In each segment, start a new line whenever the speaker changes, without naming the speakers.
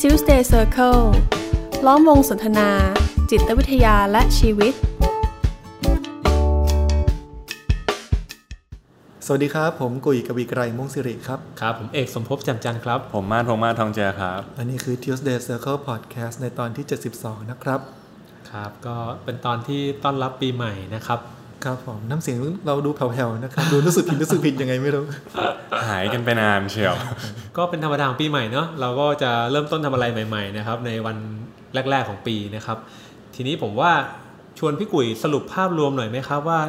Tuesday Circle ล้อมวงสนทนา จิตวิทยาและชีวิต
สวัสดีครับ ผมกุยกวีไกรมวงศิริครับ
ครับผมเอกสมภพแจ่มจันทร์ครับ
ผมมาทงมาทองแจครับ
และนี่คือ Tuesday Circle Podcast ในตอนที่ 72 นะครับ
ครับ ก็เป็นตอนที่ต้อนรับปีใหม่นะครับ
ครับผมน้ำเสียงเราดูแผ่วๆนะครับ ดูรู้สึกผิด รู้สึกผิดยังไงไม่รู้
หายกันไปนานเชียว
ก็เป็นธรรมดาของปีใหม่เนาะเราก็จะเริ่มต้นทำอะไรใหม่ๆนะครับในวันแรก ๆของปีนะครับ ทีนี้ผมว่าชวนพี่กุ๋ยสรุปภาพรวมหน่อยไหมครับว่า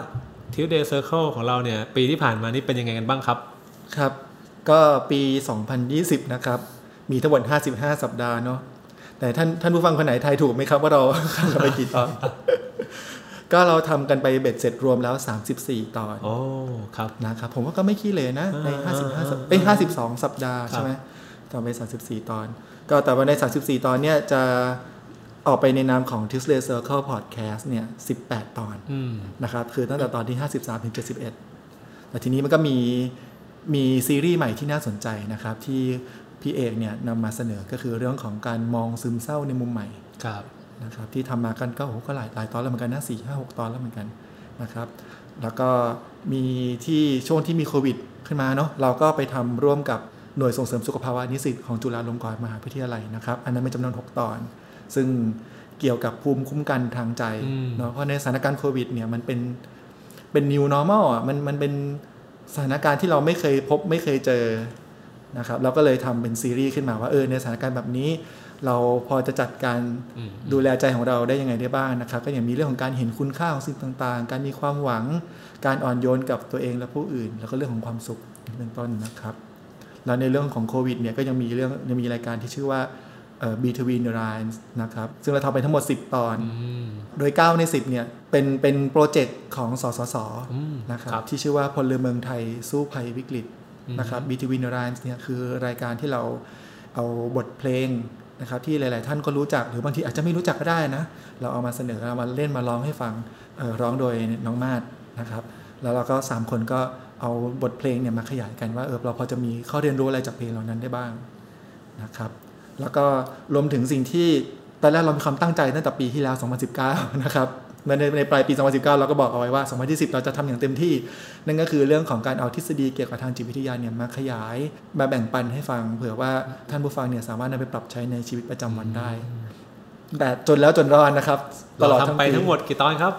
Tuesday Circle ของเราเนี่ย ปีที่ผ่านมานี่เป็นยังไงกันบ้างครับ
ครับ ก็ปี 2020 นะครับ มีทั้งหมด55 สัปดาห์เนาะ แต่ท่านท่านผู้ฟังคนไหนทายถูกไหมครับ ว่าเรา เราไปกี่ตอน ก็เราทำกันไปเบ็ดเสร็จรวมแล้ว 34 ตอน
โอ้ครับ
นะครับผมว่าก็ไม่ขี้เลยนะ ใน
อ่า
55สัป
อ่า
เอ้ย52 สัปดาห์
ครับ
ใช่ไหมต่อไป 34 ตอน ก็แต่ว่าใน 34 ตอนเนี่ยจะออกไปในนามของ Tuesday Circle Podcast เนี่ย 18 ตอน
อืม
นะครับ คือตั้งแต่ตอนที่ 53 ถึง 71 แต่ทีนี้มันก็มีมีซีรีส์ใหม่ที่น่าสนใจนะครับ ที่พี่เอกเนี่ยนำมาเสนอก็คือเรื่องของการมองซึมเศร้าในมุมใหม่
ครับ
นะครับที่ทำมากันก็โอ้โหก็หลายหลายตอนแล้วเหมือนกันนะสี่ห้าหกตอนแล้วเหมือนกันนะครับ แล้วก็มีที่ช่วงที่มีโควิดขึ้นมาเนาะเราก็ไปทำร่วมกับหน่วยส่งเสริมสุขภาวะนิสิตของจุฬาลงกรณ์มหาวิทยาลัยนะครับ อันนั้นเป็นจำนวน 6 ตอน ซึ่งเกี่ยวกับภูมิคุ้มกันทางใจ
อืม
เนาะเพราะในสถานการณ์โควิดเนี่ยมันเป็นเป็น new normal อ่ะมันมันเป็นสถานการณ์ที่เราไม่เคยพบไม่เคยเจอ นะครับเราก็เลยทำเป็นซีรีส์ขึ้นมาว่าเออในสถานการณ์แบบนี้ เราพอจะจัดการ
อืม
ดูแลใจของเราได้ยังไงได้บ้างนะครับ ก็อย่างมีเรื่องของการเห็นคุณค่าของสิ่งต่างๆ การมีความหวัง การอ่อนโยนกับตัวเองและผู้อื่น แล้วก็เรื่องของความสุขเป็นต้นนะครับ แล้วในเรื่องของโควิดเนี่ยก็ยังมีเรื่องยังมีรายการที่ชื่อว่าเอ่อ Between the Lines นะครับซึ่งเราทำไปทั้งหมด 10 ตอน
อืม
โดย 9 ใน 10เนี่ยเป็นเป็นโปรเจกต์ของสสส
อืม
นะครับ
ครับ
ที่ชื่อว่าพลเมืองไทยสู้ภัยวิกฤต
อืม
นะครับ Between the Lines เนี่ยคือรายการที่เราเอาบทเพลงนะครับที่หลายๆ ท่านก็รู้จักหรือบางทีอาจจะไม่รู้จักก็ได้นะ เราเอามาเสนอเอามาเล่นมาร้องให้ฟังเอ่อร้องโดยน้องมาศนะครับ แล้วเราก็ 3 คนก็เอาบทเพลงเนี่ยมาขยายกันว่าเออเราพอจะมีข้อเรียนรู้อะไรจากเพลงเหล่านั้นได้บ้าง นะครับ แล้วก็รวมถึงสิ่งที่ตอนแรกเรามีความตั้งใจตั้งแต่ปีที่แล้ว 2019 นะครับในในในปลายปี 2019 เราก็บอกเอาไว้ว่า 2020 เราจะทำอย่างเต็มที่ นั่นก็คือเรื่องของการเอาทฤษฎีเกี่ยวกับทางจิตวิทยาเนี่ยมาขยาย มาแบ่งปันให้ฟัง เผื่อว่าท่านผู้ฟังเนี่ยสามารถนำไปปรับใช้ในชีวิตประจำวันได้ แต่จนแล้วจนรอดนะครับ ต
เรา
ลอดทั้
ทำ
ง
ไป
ปี
ทั้งหมดกี่ตอนครับ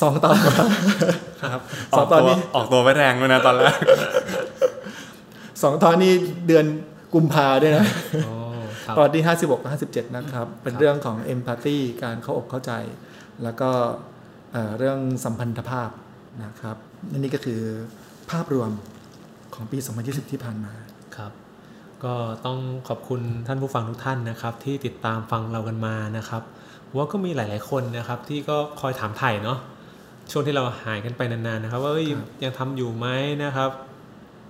สองตอนครับ ครับ
อ
สอ
อง ก
ตอน
ตัว
นี้
ออกตัวไปแรงด้วยนะตอนแรก
สองตอนนี้เดือนกุมภาด้วยนะ
โอ้ครับ
ตอนที่ 56กับ57 นะครับ เป็น
ครับ
เรื่องของ empathy การเข้าอกเข้าใจ แล้วก็เอ่อเรื่องสัมพันธภาพนะครับนั่นนี่ก็คือภาพรวมของปี 2020 ที่ผ่านมา
ครับ ก็ต้องขอบคุณท่านผู้ฟังทุกท่านนะครับ ที่ติดตามฟังเรากันมานะครับว่าก็มีหลาย ๆ คนนะครับ ที่ก็คอยถามไถ่เนาะช่วงที่เราหายกันไปนาน ๆ นะครับ ว่าเอ้ย
ครับ
ยังทำอยู่ไหมนะครับ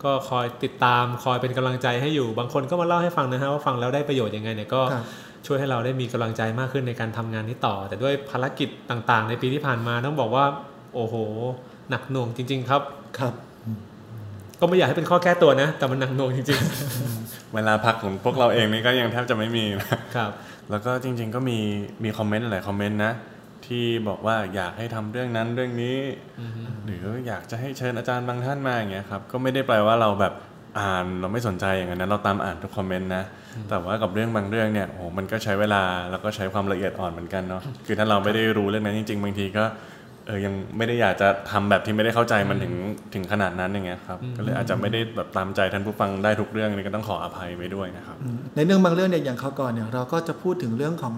ก็คอยติดตามคอยเป็นกำลังใจให้อยู่ บางคนก็มาเล่าให้ฟังนะฮะว่าฟังแล้วได้ประโยชน์ยังไงเนี่ยก็
ครับ
ช่วยให้เราได้มีกำลังใจมากขึ้นในการทำงานนี้ต่อ แต่ด้วยภารกิจต่าง ๆ ในปีที่ผ่านมาต้องบอกว่า โอ้โห หนักหน่วงจริง ๆ ครับ
ครับ
ก็ไม่อยากให้เป็นข้อแก้ตัวนะ แต่มันหนักหน่วงจริง
เวลาพักของพวกเราเองนี่ก็ยังแทบจะไม่มีนะ
ๆ ครับ
แล้วก็จริง ๆ ก็มีมีคอมเมนต์หลายคอมเมนต์นะ ที่บอกว่าอยากให้ทำเรื่องนั้นเรื่องนี้ หรืออยากจะให้เชิญอาจารย์บางท่านมาอย่างเงี้ยครับก็ไม่ได้แปลว่าเราแบบอ่านเราไม่สนใจอย่างนั้นนะเราตามอ่านทุกคอมเมนต์นะแต่ว่ากับเรื่องบางเรื่องเนี่ยโอ้โหมันก็ใช้เวลาแล้วก็ใช้ความละเอียดอ่อนเหมือนกันเนาะคือถ้าเราไม่ได้รู้เรื่องนั้นจริง ๆ บางทีก็เออยังไม่ได้อยากจะทำแบบที่ไม่ได้เข้าใจมันถึงถึงขนาดนั้นอย่างเงี้ยครับก็เลยอาจจะไม่ได้แบบตามใจท่านผู้ฟังได้ทุกเรื่องนี่ก็ต้องขออภัยไว้ด้วยนะครับ
อืมในเรื่องบางเรื่องเนี่ยอย่างคราวก่อนเนี่ยเราก็จะพูดถึงเรื่องของ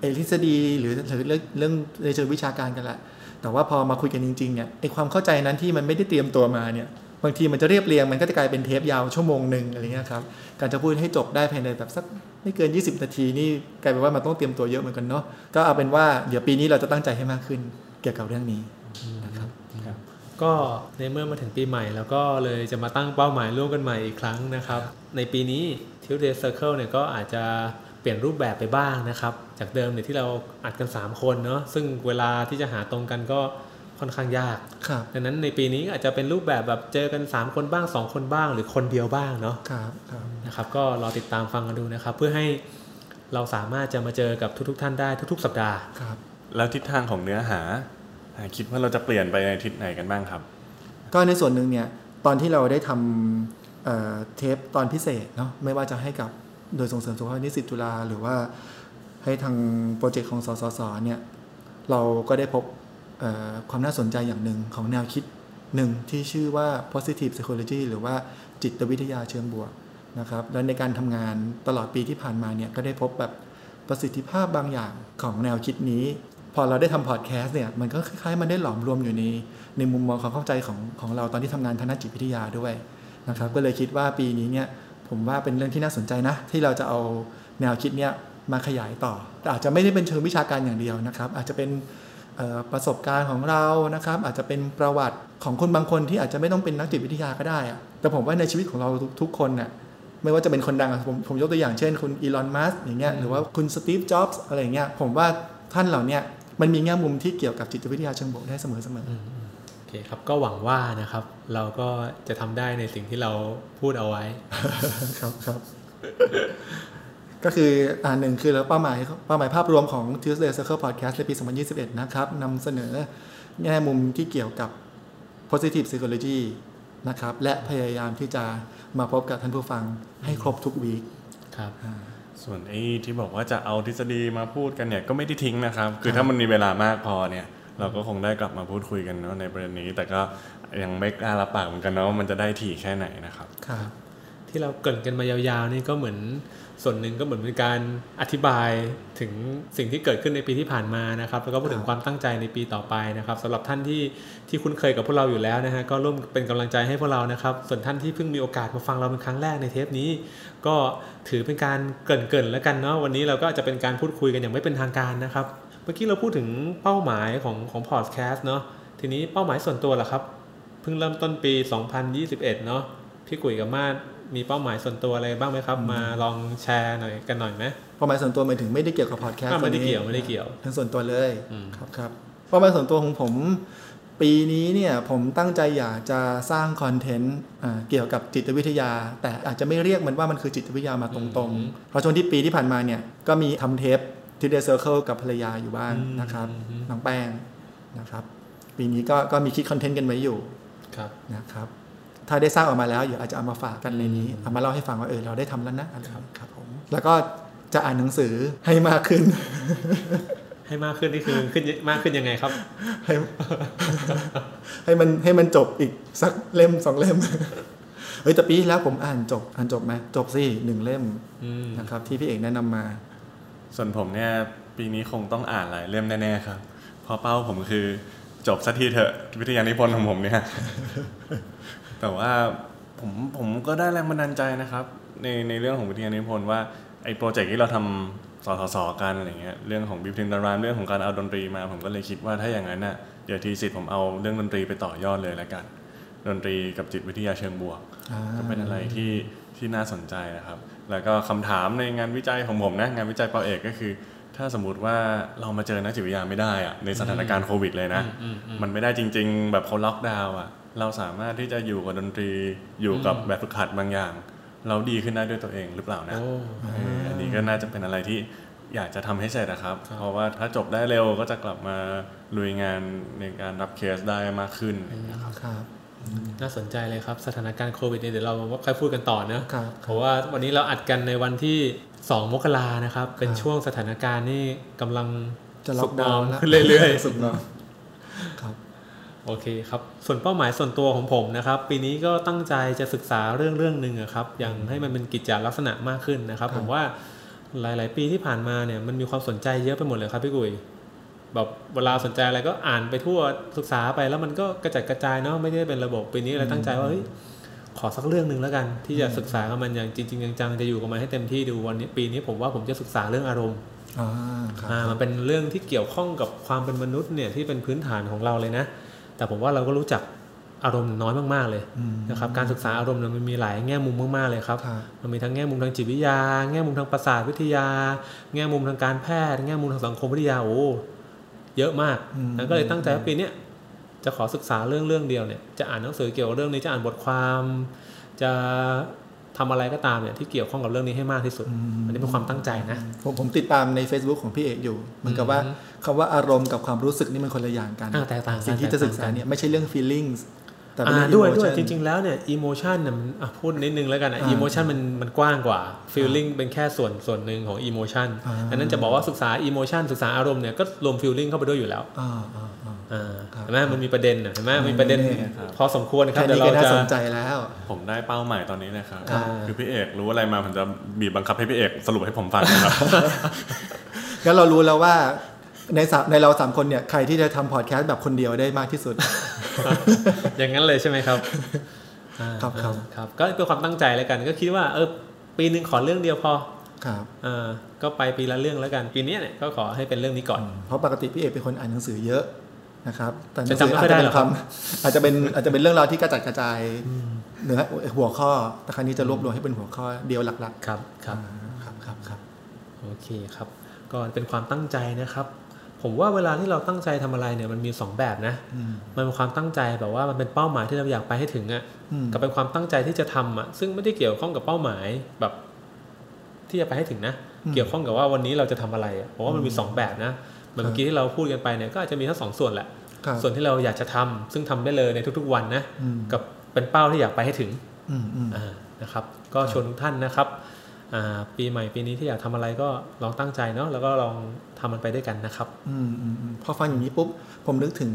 เออทฤษฎีหรือหรือเรื่องเรื่องในเชิงวิชาการกันแหละแต่ว่าพอมาคุยกันจริงๆเนี่ยไอความเข้าใจนั้นที่มันไม่ได้เตรียมตัวมาเนี่ยบางทีมันจะเรียบเรียงมันก็จะกลายเป็นเทปยาวชั่วโมงหนึ่งอะไรเงี้ยครับการจะพูดให้จบได้ภายในแบบสักไม่เกิน 20 นาทีนี่กลายเป็นว่ามันต้องเตรียมตัวเยอะเหมือนกันเนาะก็เอาเป็นว่าเดี๋ยวปีนี้เราจะตั้งใจให้มากขึ้นเกี่ยวกับเรื่องนี้นะครับ
ก็ในเมื่อมาถึงปีใหม่แล้วก็เลยจะมาตั้งเป้าหมายร่วมกันใหม่อีกครั้งนะครับ ในปีนี้ Tuesday Circle เนี่ยก็อาจจะเปลี่ยนรูปแบบไปบ้างนะครับ จากเดิมเนี่ยที่เราอัดกัน 3 คนเนาะซึ่งเวลาที่จะหาตรงกันก็ ค่อนข้างยาก
ครับ
ดังนั้นในปีนี้ก็อาจจะเป็นรูปแบบแบบเจอกัน 3 คนบ้าง 2 คนบ้าง หรือคนเดียวบ้างเนาะ
ครับครับ
นะครับก็รอติดตามฟังกันดูนะครับ เพื่อให้เราสามารถจะมาเจอกับทุกๆ ท่านได้ทุก ๆ สัปดาห์
ครับ
แล้วทิศทางของเนื้อหาอ่าคิดว่าเราจะเปลี่ยนไปในทิศไหนกันบ้างครับ
ก็ในส่วนหนึ่งเนี่ยตอนที่เราได้ทำเอ่อเทปตอนพิเศษเนาะไม่ว่าจะให้กับโดยส่งเสริมสุขภาพนิสิตจุฬาหรือว่าให้ทางโปรเจกต์ของสสสเนี่ยเราก็ได้พบเอ่อความน่าสนใจอย่างหนึ่งของแนวคิดหนึ่งที่ชื่อว่า positive psychology หรือว่าจิตวิทยาเชิงบวกนะครับและในการทำงานตลอดปีที่ผ่านมาเนี่ยก็ได้พบแบบ ประสิทธิภาพบางอย่างของแนวคิดนี้ พอเราได้ทำพอดแคสต์เนี่ยมันก็คล้ายๆ มันได้หลอมรวมอยู่ในในมุมมองความเข้าใจของของเราตอนที่ทำงานทางด้านจิตวิทยาด้วยนะครับก็เลยคิดว่าปีนี้เนี่ยผมว่าเป็นเรื่องที่น่าสนใจนะ ที่เราจะเอาแนวคิดเนี่ยมาขยายต่อ แต่อาจจะไม่ได้เป็นเชิงวิชาการอย่างเดียวนะครับ อาจจะเป็น เอ่อประสบการณ์ของเรานะครับ อาจจะเป็นประวัติของคนบางคนที่อาจจะไม่ต้องเป็นนักจิตวิทยาก็ได้อะแต่ผมว่าในชีวิตของเราทุกทุกคนน่ะไม่ว่าจะเป็นคนดังอะผมผมยกตัวอย่างเช่น คุณอีลอนมัสอย่างเงี้ยหรือว่าคุณสตีฟจ็อบส์อะไรอย่างเงี้ยผมว่าท่านเหล่าเนี้ยมันมีแง่มุมที่เกี่ยวกับจิตวิทยาเชิงบวกได้เสมอเสมอ
โอเคครับก็หวังว่านะครับ เราก็จะทำได้ในสิ่งที่เราพูดเอาไว้
ครับครับ ก็คืออ่าหนึ่งคือเราเป้าหมายเป้าหมายภาพรวมของ Tuesday Circle Podcast ในปี 2021 นะครับนำเสนอแง่มุมที่เกี่ยวกับ positive psychology นะครับ และพยายามที่จะมาพบกับท่านผู้ฟังให้ครบทุกวีค
ครับ
อ่า
ส่วนไอ้ที่บอกว่าจะเอาทฤษฎีมาพูดกันเนี่ยก็ไม่ได้ทิ้งนะครับ คือถ้ามันมีเวลามากพอเนี่ย เราก็คงได้กลับมาพูดคุยกันเนาะในประเด็นนี้ แต่ก็ยังไม่กล้ารับปากเหมือนกันเนาะว่ามันจะได้ถี่แค่ไหนนะครับ
ครับ
ที่เราเกรินกันมายาวๆนี่ก็เหมือนส่วนหนึ่งก็เหมือนเป็นการอธิบายถึงสิ่งที่เกิดขึ้นในปีที่ผ่านมานะครับ แล้วก็พูดถึงความตั้งใจในปีต่อไปนะครับสำหรับท่านที่ที่คุ้นเคยกับพวกเราอยู่แล้วนะฮะก็ร่วมเป็นกำลังใจให้พวกเรานะครับ ส่วนท่านที่เพิ่งมีโอกาสมาฟังเราเป็นครั้งแรกในเทปนี้ ก็ถือเป็นการเกริ่นๆแล้วกันเนาะวันนี้เราก็อาจจะเป็นการพูดคุยกันอย่างไม่เป็นทางการนะครับ เมื่อกี้เราพูดถึงเป้าหมายของของพอดแคสต์เนาะทีนี้เป้าหมายส่วนตัวล่ะครับ เพิ่งเริ่มต้นปี 2021 เนาะพี่กุ๋ยกับมาดมีเป้าหมายส่วนตัวอะไรบ้างไหมครับ มาลองแชร์หน่อยกันหน่อยไหม
เป้าหมายส่วนตัวหมายถึงไม่ได้เกี่ยวกับพอดแคสต์
อ่าไม่ได้เกี่ยวไม่ได้เกี่ยว
ทั้งส่วนตัวเลย
อืม
ครับครับเป้าหมายส่วนตัวของผม ปีนี้เนี่ยผมตั้งใจอยากจะสร้างคอนเทนต์อ่าเกี่ยวกับจิตวิทยา แต่อาจจะไม่เรียกมันว่ามันคือจิตวิทยามาตรงๆ เพราะช่วงที่ปีที่ผ่านมาเนี่ยก็มีทำเทปทีเดเซอร์เคิลกับภรรยาอยู่บ้างนะครับน้องแป้งนะครับ ปีนี้ก็ก็มีคิดคอนเทนต์กันไว้อยู่
ครับ
นะครับถ้าได้สร้างออกมาแล้วเดี๋ยวอาจจะเอามาฝากกันในนี้เอามาเล่าให้ฟังว่าเออเราได้ทำแล้วนะอะไรอย่างเงี้ยครับผมแล้วก็จะอ่านหนังสือให้มากขึ้น
ให้มากขึ้นนี่คือ ขึ้นมากขึ้นยังไงครับ
ให้ให้มันให้มันจบอีกสักเล่มสองเล่มเฮ้ยแต่ปีที่แล้วผมอ่านจบอ่านจบไหมจบสิหนึ่งเล่ม
อืม
นะครับ ที่พี่เอกแนะนำมา
ส่วนผมเนี่ยปีนี้คงต้องอ่านหลายเล่มแน่ๆครับเพราะเป้าผมคือจบสักทีเถอะวิทยานิพนธ์ของผมเนี่ย แต่ว่าผมผมก็ได้แรงบันดาลใจนะครับ ในในเรื่องของวิทยานิพนธ์ว่าไอ้โปรเจกต์ที่เราทำสสสกันอะไรเงี้ยเรื่องของบิบทิมดารามเรื่องของการเอาดนตรีมา ผมก็เลยคิดว่าถ้าอย่างนั้นน่ะเดี๋ยวทีสิทธิ์ผมเอาเรื่องดนตรีไปต่อยอดเลยละกัน ดนตรีกับจิตวิทยาเชิงบวก
อ่า
ก็เป็นอะไรที่ที่น่าสนใจนะครับ แล้วก็คำถามในงานวิจัยของผมนะงานวิจัยเปาเอกก็คือ ถ้าสมมติว่าเรามาเจอนักจิตวิทยาไม่ได้อะในสถานการณ์โควิดเลยนะ มันไม่ได้จริง ๆ แบบเขาล็อกดาวน์อะเราสามารถที่จะอยู่กับดนตรีอยู่กับแบบฝึกหัดบางอย่าง เราดีขึ้นได้ด้วยตัวเองหรือเปล่านะ
โอ้
เอออันนี้ก็น่าจะเป็นอะไรที่อยากจะทำให้เสร็จนะครับ
ครับ
เพราะว่าถ้าจบได้เร็วก็จะกลับมาลุยงานในการรับเคสได้มากขึ้นนะครับ
ครับ
น่าสนใจเลยครับสถานการณ์โควิดเนี่ยเดี๋ยวเราค่อยพูดกันต่อเนอะ
ครับ
เพราะว่าวันนี้เราอัดกันในวันที่ 2 มกรานะครับ เป็นช่วงสถานการณ์นี่กำลัง
จะล็
สุ
อก
ก
ดางว
อม
น์แล้ว
ขึ้นเรื่อยๆ
สุกงอมครับ
โอเคครับ ส่วนเป้าหมายส่วนตัวของผมนะครับ ปีนี้ก็ตั้งใจจะศึกษาเรื่องเรื่องหนึ่งอะครับ อย่างให้มันเป็นกิจจลักษณะมากขึ้นนะครับ
ครับ
ผมว่าหลาย ๆ ปีที่ผ่านมาเนี่ยมันมีความสนใจเยอะไปหมดเลยครับพี่กุยแบบเวลาสนใจอะไรก็อ่านไปทั่วศึกษาไปแล้วมันก็กระจัดกระจายเนาะไม่ได้เป็นระบบปีนี้เลยตั้งใจว่าเฮ้ยขอสักเรื่องหนึ่งแล้วกัน ที่จะศึกษากับมันอย่างจริง ๆ จังๆจะอยู่กับมันให้เต็มที่ดูวันนี้ปีนี้ผมว่าผมจะศึกษาเรื่องอารมณ์
อ่าครับ
อ่ามันเป็นเรื่องที่เกี่ยวข้องกับความเป็นมนุษย์เนี่ยที่เป็นพื้นฐานของเราเลยนะ แต่ผมว่าเราก็รู้จักอารมณ์น้อยมากๆเลย
อืม
นะครับการศึกษาอารมณ์เนี่ยมันมีหลายแง่มุมมากๆเลยครับ
ครับ
มันมีทั้งแง่มุมทางจิตวิทยา แง่มุมทางประสาทวิทยา แง่มุมทางการแพทย์ แง่มุมทางสังคมวิทยาโอ้เยอะมาก
อืม
นั้นก็เลยตั้งใจว่าปีเนี้ย จะขอศึกษาเรื่องเรื่องเดียวเนี่ยจะอ่านหนังสือเกี่ยวกับเรื่องนี้จะอ่านบทความ จะทำอะไรก็ตามเนี่ยที่เกี่ยวข้องกับเรื่องนี้ให้มากที่สุด อันนี้เป็นความตั้งใจนะ
ผมผมติดตามใน Facebook ของพี่เอกอยู่ เหมือนกับว่าคำว่าอารมณ์กับความรู้สึกนี่มันคนละอย่างกัน
อ่าแตกต่างกัน
สิ่งที่จะศึกษาเนี่ยไม่ใช่เรื่อง feelings แต่เป็น
อ่า
เรื่อง
ด้วยด้วย
emotion
จริง ๆ แล้วเนี่ยอิโมชันเนี่ยมันอ่ะพูดนิดนึงแล้วกันอ่ะ
อ่า
อิโมชันมันมันกว้างกว่าฟีลลิ่งเป็นแค่ส่วนส่วนหนึ่งของอิโมชัน
อ่า
อันนั้นจะบอกว่าศึกษาอิโมชันศึกษาอารมณ์เนี่ยก็รวมฟีลลิ่งเข้าไปด้วยอยู่แล้ว
อ่าอ่าอ่า
อ่า
ครับ
เห็นไหมมันมีประเด็นน่ะเห็นไหมมีประเด็น
นี่ครับ
พอสมควรครับ
แค่
เดี๋ย
นี้
ว
ก็
เรา
น่า
จะ
สนใจแล้ว
ผมได้เป้าใหม่ตอนนี้เลยครับ
ครับ
คือพี่เอกรู้อะไรมาผมจะบีบบังคับให้พี่เอกสรุปให้ผมฟังนะครับ
งั้นเรารู้แล้วว่าในสามในเราสามคนเนี่ยใครที่จะทำพอดแคสต์แบบคนเดียวได้มากที่สุด
อย่างนั้นเลยใช่ไหมครับอ่า
ครับครับ
อ่าครับ ก็เป็นความตั้งใจแล้วกัน ก็คิดว่าเออปีหนึ่งขอเรื่องเดียวพอ
ครับ
อ่าก็ไปปีละเรื่องแล้วกัน ปีเนี้ยเนี่ยก็ขอให้เป็นเรื่องนี้ก่อน
เพราะปกติพี่เอกเป็นคนอ่านหนังสือเยอะนะครับแต่หนั
จะ
งสือ
จำไม่ค่
อา
อ
จ
ยได้
จะเป็น
หรอก
ค
ครับ
ำอาจจะเป็นอาจจะเป็นเรื่องราวที่กระจัดกระจายเนื้อหัวข้อแต่ครั้งนี้จะรวบรวมให้เป็นหัวข้อเดียวหลัก
ครับ
ๆ
ครับ
อ่าครับครับครับ
โอเคครับก็เป็นความตั้งใจนะครับ ผมว่าเวลาที่เราตั้งใจทำอะไรเนี่ยมันมีสองแบบนะ
อืม
มันเป็นความตั้งใจแบบว่ามันเป็นเป้าหมายที่เราอยากไปให้ถึงอะ่ะ
อืม
กับเป็นความตั้งใจที่จะทำอ่ะซึ่งไม่ได้เกี่ยวข้องกับเป้าหมายแบบที่จะไปให้ถึงนะ เกี่ยวข้องกับว่าวันนี้เราจะทำอะไรอะผมว่ามันมีสองแบบนะเหมือนเมื่อกี้ที่เราพูดกันไปเนี่ยก็อาจจะมีทั้งสองส่วนแหละ
ครับ
ส่วนที่เราอยากจะทำซึ่งทำได้เลยในทุกๆวันนะ
อืม
กับเป็นเป้าที่อยากไปให้ถึง
อืมอืม
อ่านะครับก็ชวนทุกท่านนะครับอ่าปีใหม่ปีนี้ที่อยากทำอะไรก็ลองตั้งใจเนาะแล้วก็ลองทำมันไปด้วยกันนะครับ
อืมอืมอืมพอฟังอย่างนี้ปุ๊บ ผมนึกถึง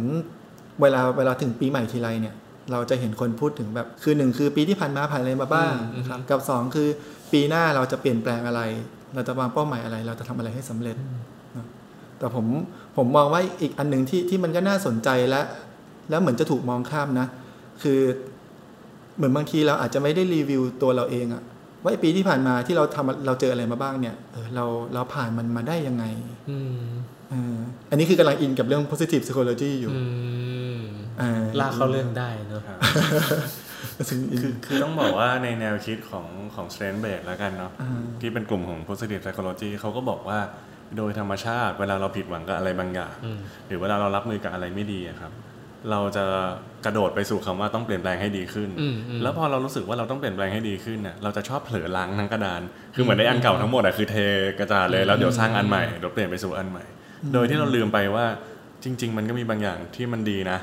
เวลาเวลาถึงปีใหม่ทีไรเนี่ย เราจะเห็นคนพูดถึงแบบคือหนึ่งคือปีที่ผ่านมาผ่านอะไรมาบ้าง
อืมอืม
ครับกับสองคือปีหน้าเราจะเปลี่ยนแปลงอะไร เราจะวางเป้าหมายอะไร เราจะทำอะไรให้สำเร็จนะแต่ผมผมมองว่าอีกอันหนึ่งที่ที่มันก็น่าสนใจและ แล้วเหมือนจะถูกมองข้ามนะ คือเหมือนบางทีเราอาจจะไม่ได้รีวิวตัวเราเองอะว่าไอ้ปีที่ผ่านมาที่เราทำเราเจออะไรมาบ้างเนี่ยเออเราเราผ่านมันมาได้ยังไง
อืม
เอ่ออันนี้คือกำลังอินกับเรื่อง positive psychology อยู่
อืม
อ่
ลากเข้าเรื่องได้เนาะ
ซึ่งอิน
คือต้องบอกว่าในแนวคิดของของ s t r e n g t h b a s e แล้วกันเนาะ
อ่า
ที่เป็นกลุ่มของ positive psychology เขาก็บอกว่าโดยธรรมชาติเวลาเราผิดหวังกับอะไรบางอย่าง
อืม
หรือเวลาเรารับมือกับอะไรไม่ดีอะครับ เราจะกระโดดไปสู่คำว่าต้องเปลี่ยนแปลงให้ดีขึ้น
อืมอืม
แล้วพอเรารู้สึกว่าเราต้องเปลี่ยนแปลงให้ดีขึ้นน่ะเราจะชอบเผลอล้างทั้งกระดาน คือเหมือนได้อันเก่าทั้งหมดอะคือเทกระจาดเลยแล้วเดี๋ยวสร้างอันใหม่เดี๋ยวเปลี่ยนไปสู่อันใหม่ โดยที่เราลืมไปว่าจริง ๆ มันก็มีบางอย่างที่มันดีนะ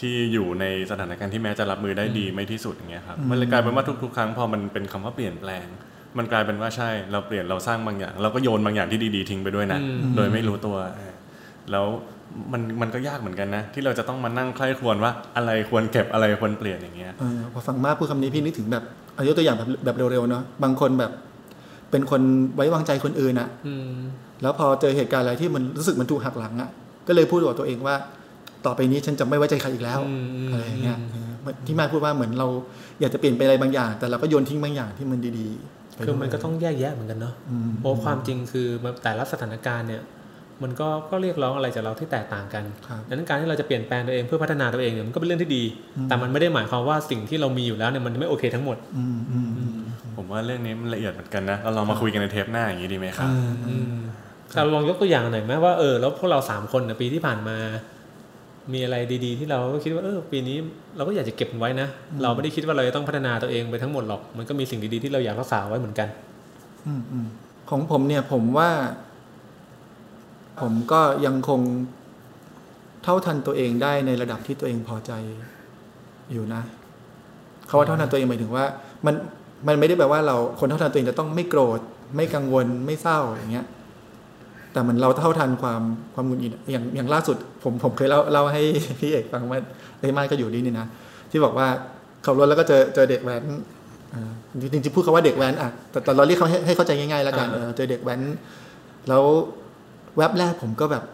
ที่อยู่ในสถานการณ์ที่แม้จะรับมือได้ดีไม่ที่สุดอย่างเงี้ยครับมันเลยกลายเป็นว่าทุก ๆ ครั้งพอมันเป็นคำว่าเปลี่ยนแปลง มันกลายเป็นว่าใช่เราเปลี่ยนเราสร้างบางอย่าง เราก็โยนบางอย่างที่ดีๆทิ้งไปด้วยนะ
อืม
โดยไม่รู้ตัว แล้วมันมันก็ยากเหมือนกันนะ ที่เราจะต้องมานั่งใคร่ครวญว่าอะไรควรเก็บอะไรควรเปลี่ยนอย่างเงี้ย
เอ่อพอฟังมากพูดคำนี้พี่นึกถึงแบบเอายกตัวอย่างแบบแบบเร็วๆเนาะบางคนแบบ เป็นคนไว้วางใจคนอื่นอะ
อืม
แล้วพอเจอเหตุการณ์อะไรที่มันรู้สึกมันถูกหักหลังอะก็เลยพูดกับตัวเองว่า ต่อไปนี้ฉันจะไม่ไว้ใจใครอีกแล้ว
อืมอืม
อะไรอย่างเงี้ยเออเหมือนที่มาพูดว่าเหมือนเราอยากจะเปลี่ยนไปอะไรบางอย่าง แต่เราก็โยนทิ้งบางอย่างที่มันดีๆไป
คือมันก็ต้องแยกแยะเหมือนกันเนาะ
อืม
เพราะความจริงคือมันแต่ละสถานการณ์เนี่ย มันก็ก็เรียกร้องอะไรจากเราที่แตกต่างกัน
ครับ
ดังนั้นการที่เราจะเปลี่ยนแปลงตัวเองเพื่อพัฒนาตัวเองเนี่ยมันก็เป็นเรื่องที่ดี แต่มันไม่ได้หมายความว่าสิ่งที่เรามีอยู่แล้วเนี่ยมันไม่โอเคทั้งหมด
อืมอืมอืม
ผมว่าเรื่องนี้มันละเอียดเหมือนกันนะ เราลองมาคุยกันในเทปหน้าอย่างนี้ดีไหมครับ
อืมเราลองยกตัวอย่างหน่อยไหมว่าเออแล้วพวกเราสามคนน่ะปีที่ผ่านมา มีอะไรดีๆ ที่เราก็คิดว่าเออปีนี้เราก็อยากจะเก็บมันไว้นะ เราไม่ได้คิดว่าเราจะต้องพัฒนาตัวเองไปทั้งหมดหรอก มันก็มีสิ่งดีๆที่เราอยากรักษาไว้เหมือนกัน
อืมอืมของผมเนี่ยผมว่า ผมก็ยังคงเท่าทันตัวเองได้ในระดับที่ตัวเองพอใจอยู่นะเขาว่าเท่าทันตัวเองหมายถึงว่า มันมันไม่ได้แปลว่าเราคนเท่าทันตัวเองจะต้องไม่โกรธไม่กังวลไม่เศร้าอย่างเงี้ย แต่มันเราเท่าทันความความหงุดหงิดอย่างอย่างล่าสุด ผมผมเคยเล่าเล่าให้ พี่เอกฟังว่าไอ้ยมานก็อยู่ดีนี่นะที่บอกว่าขับรถแล้วก็เจอเจอเด็กแว้นอ่าจริงจริงๆพูดคำว่าเด็กแว้นอ่ะแต่แต่เราเรียกเขาให้ให้เข้าใจง่ายๆแล้วกัน
อ่า
เออเจอเด็กแว้น แล้วแวบแรกผมก็แบบ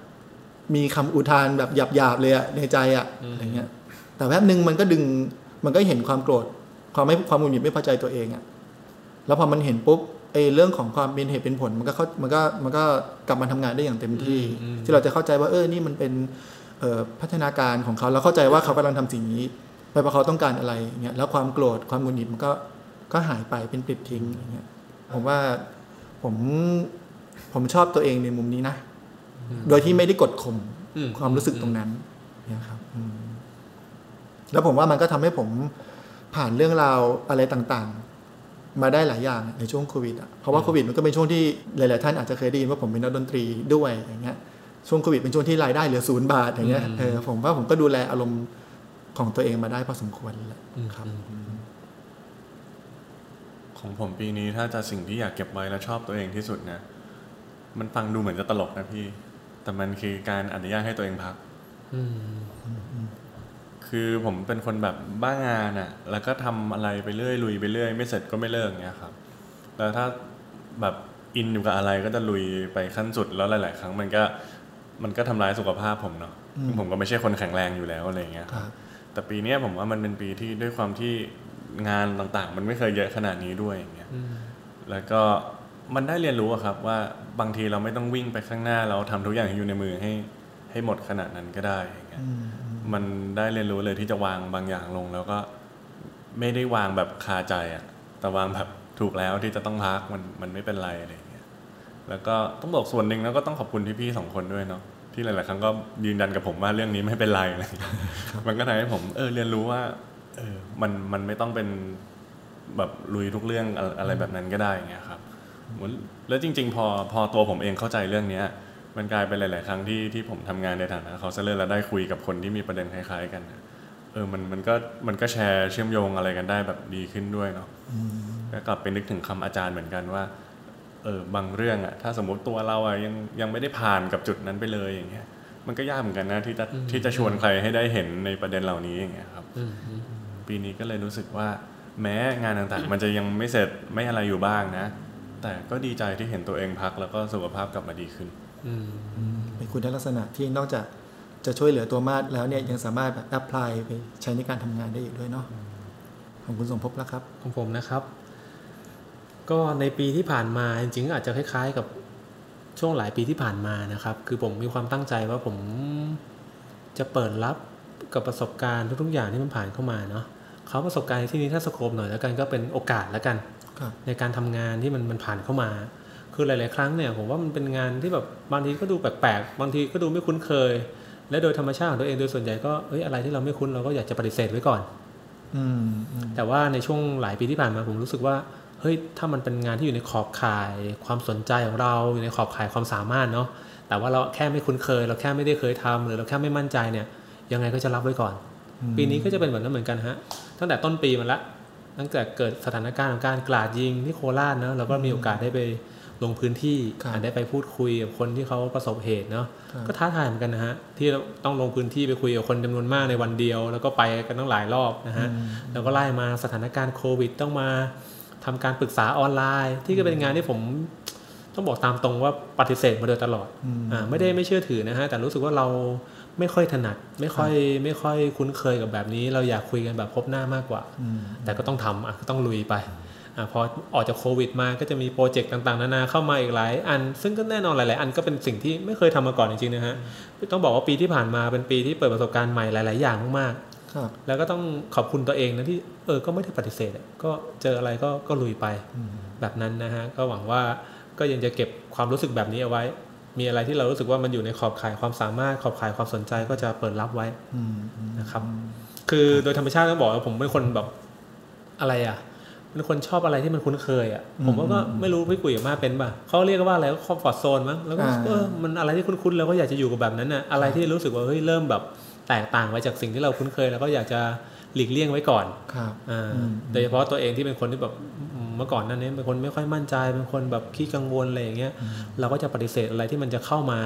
มีคำอุทานแบบหยาบๆเลยอะในใจอะอะไรเงี้ย แต่แวบหนึ่งมันก็ดึงมันก็เห็นความโกรธ ความไม่ความหงุดหงิดไม่พอใจตัวเองอะแล้วพอมันเห็นปุ๊บไอ้เรื่องของความเป็นเหตุเป็นผล มันก็เข้ามันก็มันก็กลับมาทำงานได้อย่างเต็มที่
อืมอืม
ที่เราจะเข้าใจว่าเออนี่มันเป็นเอ่อพัฒนาการของเขาเราเข้าใจว่าเขากำลังทำสิ่งนี้ไปเพราะเขาต้องการอะไรอย่างเงี้ยแล้วความโกรธความหงุดหงิดมันก็ก็หายไปเป็นปลิดทิ้งอย่างเงี้ยผมว่าผมผมชอบตัวเองในมุมนี้นะ โดยที่ไม่ได้กดข่ม
อืม
ความรู้สึกตรงนั้นเนะครับอืม แล้วผมว่ามันก็ทำให้ผมผ่านเรื่องราวอะไรต่างๆ มาได้หลายอย่างในช่วงโควิดอ่ะเพราะว่าโควิดมันก็เป็นช่วงที่หลายๆท่านอาจจะเคยได้ยินว่าผมเป็นนักดนตรีด้วยอย่างเงี้ยช่วงโควิดเป็นช่วงที่รายได้เหลือศูนย์บาทอย่างเงี้ยเออผมว่าผมก็ดูแลอารมณ์ของตัวเองมาได้พอสมควรแหละครับ
ของผมปีนี้ถ้าจะสิ่งที่อยากเก็บไว้และชอบตัวเองที่สุดนะ มันฟังดูเหมือนจะตลกนะพี่ แต่มันคือการอนุญาตให้ตัวเองพัก
อืม
คือผมเป็นคนแบบบ้างานอะ่ะ แล้วก็ทำอะไรไปเรื่อยลุยไปเรื่อยไม่เสร็จก็ไม่เลิกเงี้ยครับ แล้วถ้าแบบอินอยู่กับอะไรก็จะลุยไปขั้นสุดแล้วหลาย ๆ ครั้งมันก็มันก็ทำร้ายสุขภาพผมเนาะ
อืม
ซึ่งผมก็ไม่ใช่คนแข็งแรงอยู่แล้วอะไรเงี้ย
ค
ครับ
รับ
แต่ปีเนี้ยผมว่ามันเป็นปีที่ด้วยความที่งานต่างๆ มันไม่เคยเยอะขนาดนี้ด้วยอย่างเงี้ย
อืม
แล้วก็มันได้เรียนรู้อะครับว่าบางทีเราไม่ต้องวิ่งไปข้างหน้าเราทำทุกอย่างที่อยู่ในมือให้ให้หมดขนาดนั้นก็ได้อย่างเงี้ย
อืม
มันได้เรียนรู้เลยที่จะวางบางอย่างลง แล้วก็ไม่ได้วางแบบคาใจอะแต่วางแบบถูกแล้วที่จะต้องพักมันมันไม่เป็นไรอะไรอย่างเงี้ยแล้วก็ต้องบอกส่วนหนึ่งแล้วก็ต้องขอบคุณพี่ๆสองคนด้วยเนาะที่หลายๆครั้งก็ยืนยันกับผมว่าเรื่องนี้ไม่เป็นไรอะไรอย่างเงี้ย มันก็ทำให้ผมเออเรียนรู้ว่าเออมันมันไม่ต้องเป็นแบบลุยทุกเรื่องอะไรอะไรแบบนั้นก็ได้อย่างเงี้ยครับเหมือนแล้วจริง ๆ พอพอตัวผมเองเข้าใจเรื่องเนี้ย มันกลายเป็นหลาย ๆ ครั้งที่ที่ผมทำงานในฐานะเขาเซเลอร์แล้วได้คุยกับคนที่มีประเด็นคล้าย ๆ กันน่ะเออมันมันก็มันก็แชร์เชื่อมโยงอะไรกันได้แบบดีขึ้นด้วยเนาะก็กลับไปนึกถึงคำอาจารย์เหมือนกันว่าเออบางเรื่องอะถ้าสมมติตัวเราอะยังยังไม่ได้ผ่านกับจุดนั้นไปเลยอย่างเงี้ยมันก็ยากเหมือนกันนะที่จะที่จะชวนใครให้ได้เห็นในประเด็นเหล่านี้อย่างเงี้ยครับ
อืมอืม
ปีนี้ก็เลยรู้สึกว่าแม้งานต่างๆ มันจะยังไม่เสร็จไม่อะไรอยู่บ้างนะ แต่ก็ดีใจที่เห็นตัวเองพักแล้วก็สุขภาพกลับมาดีขึ้น
อืม
เป็นคุณลักษณะที่นอกจากจะช่วยเหลือตัวมาดแล้วเนี่ยยังสามารถแบบแอพพลายไปใช้ในการทำงานได้อีกด้วยเนาะของคุณสมภพแล้วครับ
ของผมนะครับ ก็ในปีที่ผ่านมาจริงๆก็อาจจะคล้าย ๆ กับช่วงหลายปีที่ผ่านมานะครับ คือผมมีความตั้งใจว่าผมจะเปิดรับกับประสบการณ์ทุกๆอย่างที่มันผ่านเข้ามาเนาะเขาประสบการณ์ในที่นี้ถ้าสโคปหน่อยแล้วกันก็เป็นโอกาสแล้วกัน
ครับ
ในการทำงานที่มันมันผ่านเข้ามา คือหลาย ๆ ครั้งเนี่ยผมว่ามันเป็นงานที่แบบบางทีก็ดูแปลก ๆ บางทีก็ดูไม่คุ้นเคย และโดยธรรมชาติของตัวเองโดยส่วนใหญ่ก็เอ้ยอะไรที่เราไม่คุ้นเราก็อยากจะปฏิเสธไว้ก่อน
อืมอืม
แต่ว่าในช่วงหลายปีที่ผ่านมาผมรู้สึกว่าเฮ้ยถ้ามันเป็นงานที่อยู่ในขอบข่าย ความสนใจของเราอยู่ในขอบข่ายความสามารถเนาะแต่ว่าเราแค่ไม่คุ้นเคย เราแค่ไม่ได้เคยทำหรือเราแค่ไม่มั่นใจเนี่ย ยังไงก็จะรับไว้ก่อน ปีนี้ก็จะเป็นแบบนั้นเหมือนกันฮะ ตั้งแต่ต้นปีมันละ ตั้งแต่เกิดสถานการณ์ของการกราดยิงที่โคราชเนอะเราก็มีโอกาสได้ไปลงพื้นที่
ครับ
อาจได้ไปพูดคุยกับคนที่เขาประสบเหตุเนาะ
ครับ
ก็ท้าทายเหมือนกันนะฮะ ที่เราต้องลงพื้นที่ไปคุยกับคนจำนวนมากในวันเดียว แล้วก็ไปกันตั้งหลายรอบนะฮะ แล้วก็ไล่มาสถานการณ์โควิดต้องมาทำการปรึกษาออนไลน์ ที่ก็เป็นงานที่ผมต้องบอกตามตรงว่าปฏิเสธมาโดยตลอด
อืม
อ่าไม่ได้ไม่เชื่อถือนะฮะ แต่รู้สึกว่าเราไม่ค่อยถนัด ไม่ค่อยไม่ค่อยคุ้นเคยกับแบบนี้ เราอยากคุยกันแบบพบหน้ามากกว่า
อืม
แต่ก็ต้องทำอ่ะก็ต้องลุยไปอ่ะพอออกจากโควิดมาก็จะมีโปรเจกต์ต่างๆ นานาเข้ามาอีกหลายอัน ซึ่งก็แน่นอนหลายๆ อันก็เป็นสิ่งที่ไม่เคยทำมาก่อนจริงๆนะฮะต้องบอกว่าปีที่ผ่านมาเป็นปีที่เปิดประสบการณ์ใหม่หลาย ๆ อย่างมากๆ
ครับ
แล้วก็ต้องขอบคุณตัวเองนะที่เออก็ไม่ได้ปฏิเสธอะก็เจออะไรก็ก็ลุยไปแบบนั้นนะฮะ ก็หวังว่าก็ยังจะเก็บความรู้สึกแบบนี้เอาไว้ มีอะไรที่เรารู้สึกว่ามันอยู่ในขอบข่ายความสามารถขอบข่ายความสนใจก็จะเปิดรับไว้
อืมอืม
นะครับ คือโดยธรรมชาติต้องบอกว่าผมเป็นคนแบบอะไรอ่ะเป็นคนชอบอะไรที่มันคุ้นเคยอ่ะผมว่าก็ไม่รู้พี่กุยกับมาเป็นป่ะเขาเรียกว่าอะไรก็คอมฟอร์ทโซนมั้งแล้วก็รู้สึกว่าเออมันอะไรที่คุ้นๆเราก็อยากจะอยู่กับแบบนั้นน่ะอะไรที่รู้สึกว่าเฮ้ยเริ่มแบบแตกต่างไปจากสิ่งที่เราคุ้นเคย แล้วก็อยากจะหลีกเลี่ยงไว้ก่อน
ครับ
อ่า
อืม
โดยเฉพาะตัวเองที่เป็นคนที่แบบอืมเมื่อก่อนนั้นเนี่ยเป็นคนไม่ค่อยมั่นใจเป็นคนแบบขี้กังวลอะไรอย่างเงี้ยเราก็จะปฏิเสธอะไรที่มันจะเข้ามา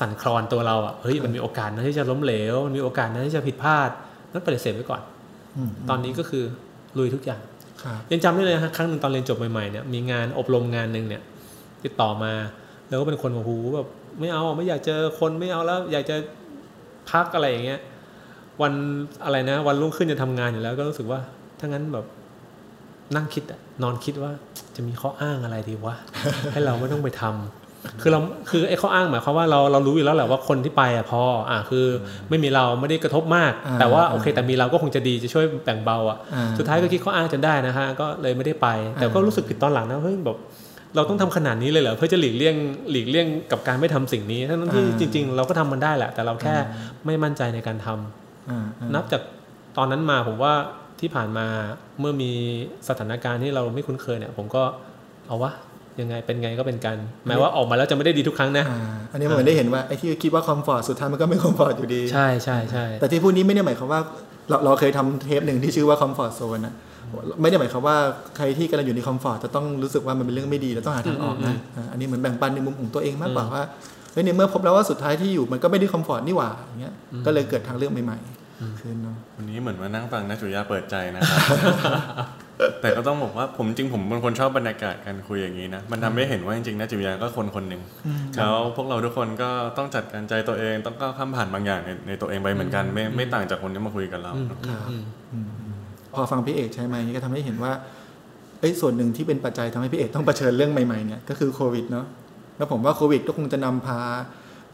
สั่นคลอนตัวเราอ่ะเฮ้ยมันมีโอกาสนะที่จะล้มเหลวมันมีโอกาสนะที่จะผิดพลาดนั่นปฏิเสธไว้ก่อน
อืม
ตอนนี้ก็คือลุยทุกอย่าง
ครับ
ยังจำได้เลยนะฮะครั้งหนึ่งตอนเรียนจบใหม่ๆเนี่ยมีงานอบรมงานหนึ่งเนี่ยติดต่อมา แล้วก็เป็นคนบอกหูแบบไม่เอาไม่อยากเจอคนไม่เอาแล้ว อยากจะพักอะไรอย่างเงี้ยวันอะไรนะ วันรุ่งขึ้นจะทำงานอยู่แล้ว ก็รู้สึกว่าถ้างั้นแบบนั่งคิดอะนอนคิดว่าจะมีข้ออ้างอะไรดีวะ ให้เราไม่ต้องไปทำคือเราคือไอ้ข้ออ้างหมายความว่าเราเรารู้อยู่แล้วแหละว่าคนที่ไปอะพออ่ะคือไม่มีเราไม่ได้กระทบมาก
อ่า
แต่ว่า
อ่า
โอเค แต่มีเราก็คงจะดีจะช่วยแบ่งเบาอ่ะ
อ่า
สุดท้ายก็คิดข้ออ้างจนได้นะฮะก็เลยไม่ได้ไป แต่ก็
อ่ารู้
รู้สึกผิดตอนหลังนะเฮ้ยแบบเราต้องทำขนาดนี้เลยเหรอเพื่อจะหลีกเลี่ยงหลีกเลี่ยงกับการไม่ทำสิ่งนี้ทั้งๆที่จริง ๆ เราก็ทำมันได้แหละ แต่เราแค่ไม่มั่นใจในการทำ
อ่าอ่า
นับจาก ตอนนั้นมาผมว่าที่ผ่านมาเมื่อมีสถานการณ์ที่เราไม่คุ้นเคยเนี่ย ผมก็เอาวะยังไงเป็นไงก็เป็นกันแม้ว่าออกมาแล้วจะไม่ได้ดีทุกครั้งนะ
อ่าอันนี้มันเหมือนได้เห็นว่าไอ้ที่คิดว่าคอมฟอร์ตสุดท้ายมันก็ไม่คอมฟอร์ตอยู่ดี
ใช่ใช่ใช่
แต่ที่พูดนี้ไม่ได้หมายความว่าเราเราเคยทำเทปหนึ่งที่ชื่อว่าคอมฟอร์ z โซนนะไม่ได้หมายความว่าใครที่กำลังอยู่ในคอมฟอร์ จะต้องรู้สึกว่ามันเป็นเรื่องไม่ดีแล้วต้องหาทางออกนะอ่าอันนี้เหมือนแบ่งปันในมุมของตัวเองมากกว่าว่าเฮ้ยในเมื่อพบแล้วว่าสุดท้ายที่อยู่มันก็ไม่ได้คอมฟอร์ตนี่หว่าอย่างเงี้ยก็เลยเกิดทางเลือกใหม่ๆขึ้นเนาะ
วันนี้เหมือนมานั่งฟังนะจุยาเปิดใจนะครับ แต่ก็ต้องบอกว่าผมจริงผมเป็นคนชอบบรรยากาศการคุยอย่างนี้นะ มันทำให้เห็นว่าจริงๆนะจุยาก็คนคนหนึ่งแล้วพวกเราทุกคนก็ต้องจัดการใจตัวเองต้องก้าวข้ามผ่านบางอย่างในในตัวเองไปเหมือนกันไม่ไม่ต่างจากคนที่มาคุยกับเราเนอะ
ครับ
อืม
อืมพอฟังพี่เอกใช้ไหมาอย่างนี้ก็ทำให้เห็นว่าเอ้ยส่วนหนึ่งที่เป็นปัจจัยทำให้พี่เอกต้องเผชิญเรื่องใหม่ๆเนี่ยก็คือโควิดเนาะแล้วผมว่าโควิดก็คงจะนำพา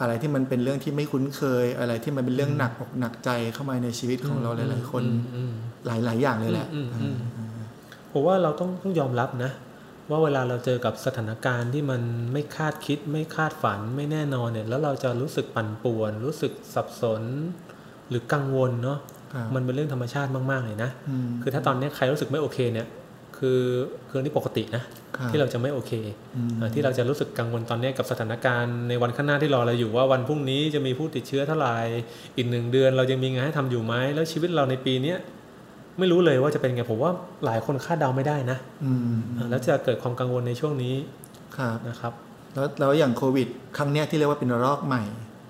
อะไรที่มันเป็นเรื่องที่ไม่คุ้นเคย อะไรที่มันเป็นเรื่องหนักอกหนักใจเข้ามาในชีวิตของเราหลาย ๆ คน
อืมอืม
หลาย ๆ อย่างเลยแหละ
อืมอืมอืม ผมว่าเราต้องต้องยอมรับนะ ว่าเวลาเราเจอกับสถานการณ์ที่มันไม่คาดคิด ไม่คาดฝันไม่แน่นอนเนี่ย แล้วเราจะรู้สึกปั่นป่วน รู้สึกสับสน หรือกังวลเนาะ
ครับ
มันเป็นเรื่องธรรมชาติมากๆเลยนะ
อืม
คือถ้าตอนเนี้ยใครรู้สึกไม่โอเคเนี่ย คือคือนี่ปกตินะ
ครับ
ที่เราจะไม่โอเค
อืม
เอ่อที่เราจะรู้สึกกังวลตอนเนี้ยกับสถานการณ์ในวันข้างหน้าที่รอเราอยู่ว่าวันพรุ่งนี้จะมีผู้ติดเชื้อเท่าไหร่อีกหนึ่งเดือนเรายังมีงานให้ทำอยู่ไหมแล้วชีวิตเราในปีเนี้ยไม่รู้เลยว่าจะเป็นไงผมว่าหลายคนคาดเดาไม่ได้นะ
อืม
เออแล้วจะเกิดความกังวลในช่วงนี้
ครับ
นะครับ
แล้วแล้วอย่างโควิด ครั้งเนี้ยที่เรียกว่าเป็นระลอกใหม่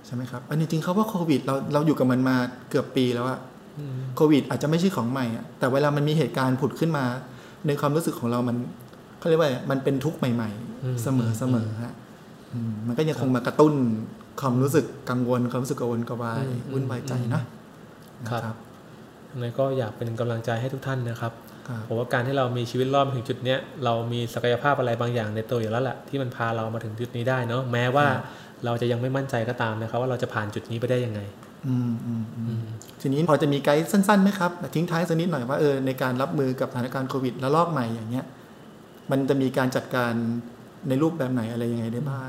ใช่ไหมครับอันนี้จริงเขาว่าโควิดเราเราอยู่กับมันมาเกือบปีแล้วอะ
อืม
โควิดอาจจะไม่ใช่ของใหม่อะแต่เวลามันมีเหตุการณ์ผุดขึ้นมา ในความรู้สึกของเรามันเขาเรียกว่าอะไรมันเป็นทุกข์ใหม่ ๆ เสมอเสมอฮะอืมมันก็ยังคงมากระตุ้นความรู้สึกกังวลความรู้สึกกังวลกระวายวุ่นวายใจนะนะครับ
ยังไงก็อยากเป็นกำลังใจให้ทุกท่านนะครับ
ครับ
ผมว่าการที่เรามีชีวิตรอดมาถึงจุดเนี้ยเรามีศักยภาพอะไรบางอย่างในตัวอยู่แล้วแหละที่มันพาเรามาถึงจุดนี้ได้เนาะแม้ว่าเราจะยังไม่มั่นใจก็ตามนะครับว่าเราจะผ่านจุดนี้ไปได้ยังไง
อืมอืมอืม ทีนี้พอจะมีไกด์สั้นๆไหมครับ ทิ้งท้ายสักนิดหน่อยว่าเออในการรับมือกับสถานการณ์โควิดและลอกใหม่อย่างเงี้ย มันจะมีการจัดการในรูปแบบไหนอะไรยังไงได้บ้าง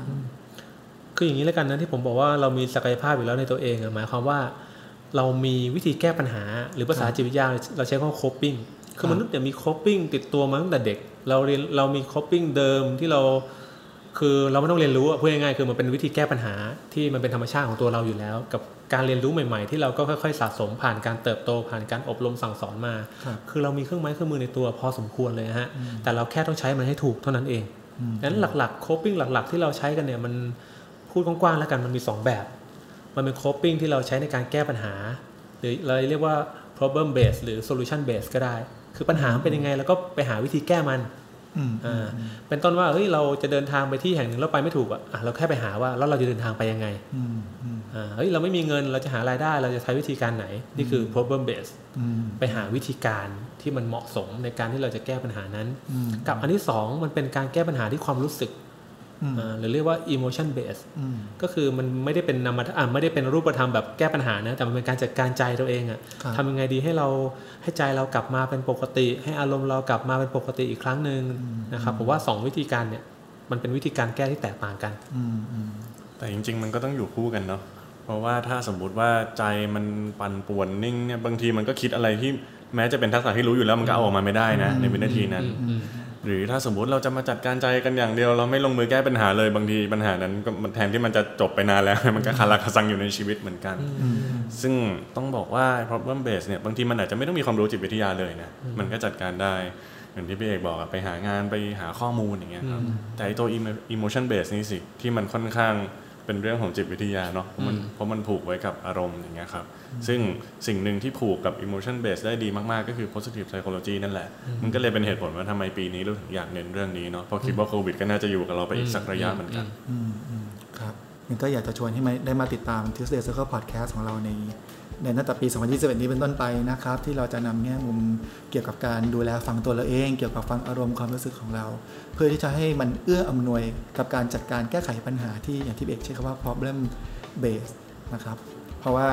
คืออย่างนี้แล้วกันนะที่ผมบอกว่าเรามีศักยภาพอยู่แล้วในตัวเองอะหมายความว่า เรามีวิธีแก้ปัญหา หรือภาษาจิตวิทยาเราใช้คำว่า coping
ค
คื
รั
อบ มนุษย์เนี่ยมี coping ติดตัวมาตั้งแต่เด็ก เราเรียนเรามี coping เดิมที่เราคือเราไม่ต้องเรียนรู้อะพูดง่ายๆคือมันเป็นวิธีแก้ปัญหาที่มันเป็นธรรมชาติของตัวเราอยู่แล้ว กับการเรียนรู้ใหม่ๆ ที่เราก็ค่อยๆสะสมผ่านการเติบโตผ่านการอบรมสั่งสอนมา
ครับ
คือเรามีเครื่องไม้เครื่องมือในตัวพอสมควรเลยนะฮะ แต่เราแค่ต้องใช้มันให้ถูกเท่านั้นเอง
อืม
นั้นหลักๆโคปปิ้งหลัก ๆ ที่เราใช้กันเนี่ยมันพูดกว้างๆแล้วกันมันมี 2 แบบ มันเป็นโคปปิ้งที่เราใช้ในการแก้ปัญหา หรือเราเรียกว่า problem based หรือ solution based ก็ได้ คือปัญหามันเป็นยังไง แล้วก็ไปหาวิธีแก้มัน
อืม
อ่า เป็นต้นว่าเฮ้ยเราจะเดินทางไปที่แห่งหนึ่งแล้วไปไม่ถูกอะอ่ะเราแค่ไปหาว่าแล้วเราจะเดินทางไปยังไง
อืมอืม
อ่า เฮ้ยเราไม่มีเงินเราจะหารายได้เราจะใช้วิธีการไหน นี่คือ problem based
อืม
ไปหาวิธีการที่มันเหมาะสมในการที่เราจะแก้ปัญหานั้น
อืม
กับอันที่ 2 มันเป็นการแก้ปัญหาที่ความรู้สึก
อืม
อ่าหรือเรียกว่า emotion based
อืม
ก็คือมันไม่ได้เป็นนามธรรมอ่าไม่ได้เป็นรูปธรรมแบบแก้ปัญหานะแต่มันเป็นการจัดการใจตัวเองอะ
ครับ
ทำยังไงดีให้เราให้ใจเรากลับมาเป็นปกติ ให้อารมณ์เรากลับมาเป็นปกติอีกครั้งหนึ่งนะครับผมว่า 2 วิธีการเนี่ยมันเป็นวิธีการแก้ที่แตกต่างกัน
อืมอืม
แต่จริง ๆ มันก็ต้องอยู่คู่กันเนาะเพราะว่าถ้าสมมุติว่าใจมันปั่นป่วนนิ่งเนี่ยบางทีมันก็คิดอะไรที่แม้จะเป็นทักษะที่รู้อยู่แล้วมันก็เอาออกมาไม่ได้นะ ในวินาทีนั้น หรือถ้าสมมุติเราจะมาจัดการใจกันอย่างเดียว เราไม่ลงมือแก้ปัญหาเลยบางทีปัญหานั้นก็มันแทนที่มันจะจบไปนานแล้ว มันก็คาราคาซังอยู่ในชีวิตเหมือนกัน ซึ่งต้องบอกว่า problem base เนี่ยบางทีมันอาจจะไม่ต้องมีความรู้จิตวิทยาเลยนะมันก็จัดการได้เหมือนที่พี่เอกบอกอะไปหางานไปหาข้อมูลอย่างเงี้ยครับแต่ไอ้ตัว emo- emotion base นี่สิที่มันค่อนข้างเป็นเรื่องของจิตวิทยาเนาะเพราะมันเพราะมันผูกไว้กับอารมณ์อย่างเงี้ยครับซึ่งสิ่งหนึ่งที่ผูกกับ emotion base ได้ดีมาก ๆ ก็คือ positive psychology นั่นแหละ มันก็เลยเป็นเหตุผลว่าทำไมปีนี้เราถึงอยากเน้นเรื่องนี้เนาะเพราะคิดว่าโควิดก็น่าจะอยู่กับเราไปอีกสักระยะเหมือนกัน
อืมอืมครับมันก็อยากจะชวนให้มาได้มาติดตาม Tuesday Circle Podcast ของเราในในตั้งแต่ปี 2021 นี้เป็นต้นไปนะครับ ที่เราจะนำแง่มุมเกี่ยวกับการดูแลฟังตัวเราเอง เกี่ยวกับฟังอารมณ์ความรู้สึกของเรา เพื่อที่จะให้มันเอื้ออำนวยกับการจัดการแก้ไขปัญหาที่อย่างที่เอกใช้คำว่า problem based นะครับ เพราะว่า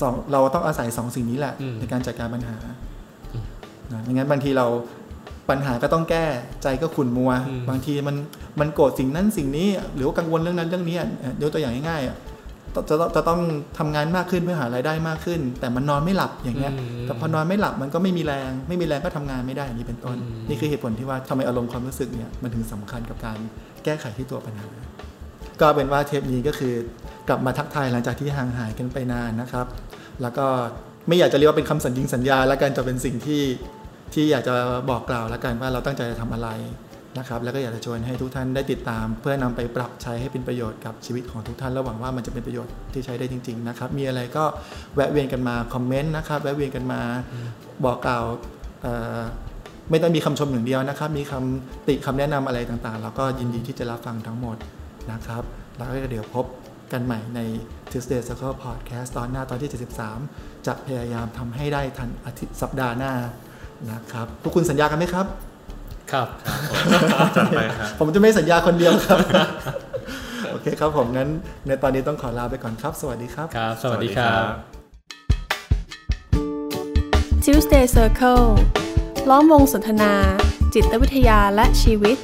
สองเราต้องอาศัยสองสิ่งนี้แหละ
อืม
ในการจัดการปัญหานะไม่งั้นบางทีเราปัญหาก็ต้องแก้ใจก็ขุ่นมัว บางทีมันมันโกรธสิ่งนั้นสิ่งนี้ หรือว่ากังวลเรื่องนั้นเรื่องนี้อ่ะเอ่อยกตัวอย่างง่ายๆอ่ะ จะจะจะต้องทำงานมากขึ้นเพื่อหารายได้มากขึ้น แต่มันนอนไม่หลับอย่างเงี้ย
อืม
แต่พอนอนไม่หลับมันก็ไม่มีแรง ไม่มีแรงก็ทำงานไม่ได้อย่างนี้เป็นต้น
อืม
นี่คือเหตุผลที่ว่าทำไมอารมณ์ความรู้สึกเนี่ยมันถึงสำคัญกับการแก้ไขที่ตัวปัญหา ก็เป็นว่าเทปนี้ก็คือกลับมาทักทายหลังจากที่ห่างหายกันไปนานนะครับ แล้วก็ไม่อยากจะเรียกว่าเป็นคำสัญญิงสัญญาแล้วกันจะเป็นสิ่งที่ที่อยากจะบอกกล่าวแล้วกันว่าเราตั้งใจจะทำอะไรนะครับ แล้วก็อยากจะชวนให้ทุกท่านได้ติดตาม เพื่อนำไปปรับใช้ให้เป็นประโยชน์กับชีวิตของทุกท่านและหวังว่ามันจะเป็นประโยชน์ที่ใช้ได้จริง ๆ นะครับ มีอะไรก็แวะเวียนกันมาคอมเมนต์นะครับแวะเวียนกันมาบอกกล่าวเอ่อ ไม่ต้องมีคำชมอย่างเดียวนะครับ มีคำติคำแนะนำอะไรต่างๆ แล้วก็ยินดีที่จะรับฟังทั้งหมดนะครับ แล้วก็เดี๋ยวพบกันใหม่ใน Tuesday Circle Podcast ตอนหน้าตอนที่ 73 จะพยายามทำให้ได้ทันอาทิตย์สัปดาห์หน้านะครับ พวกคุณสัญญากันไหมครับ
ครับ
จัดไปครับ
ผมจะไม่สัญญาคนเดียวครับ โอเคครับผมงั้นในตอนนี้ต้องขอลาไปก่อนครับ สวัสดีครับ
ครับ สวัสดีครับ
Tuesday Circle ล้อมวงสนทนา จิตวิทยาและชีวิต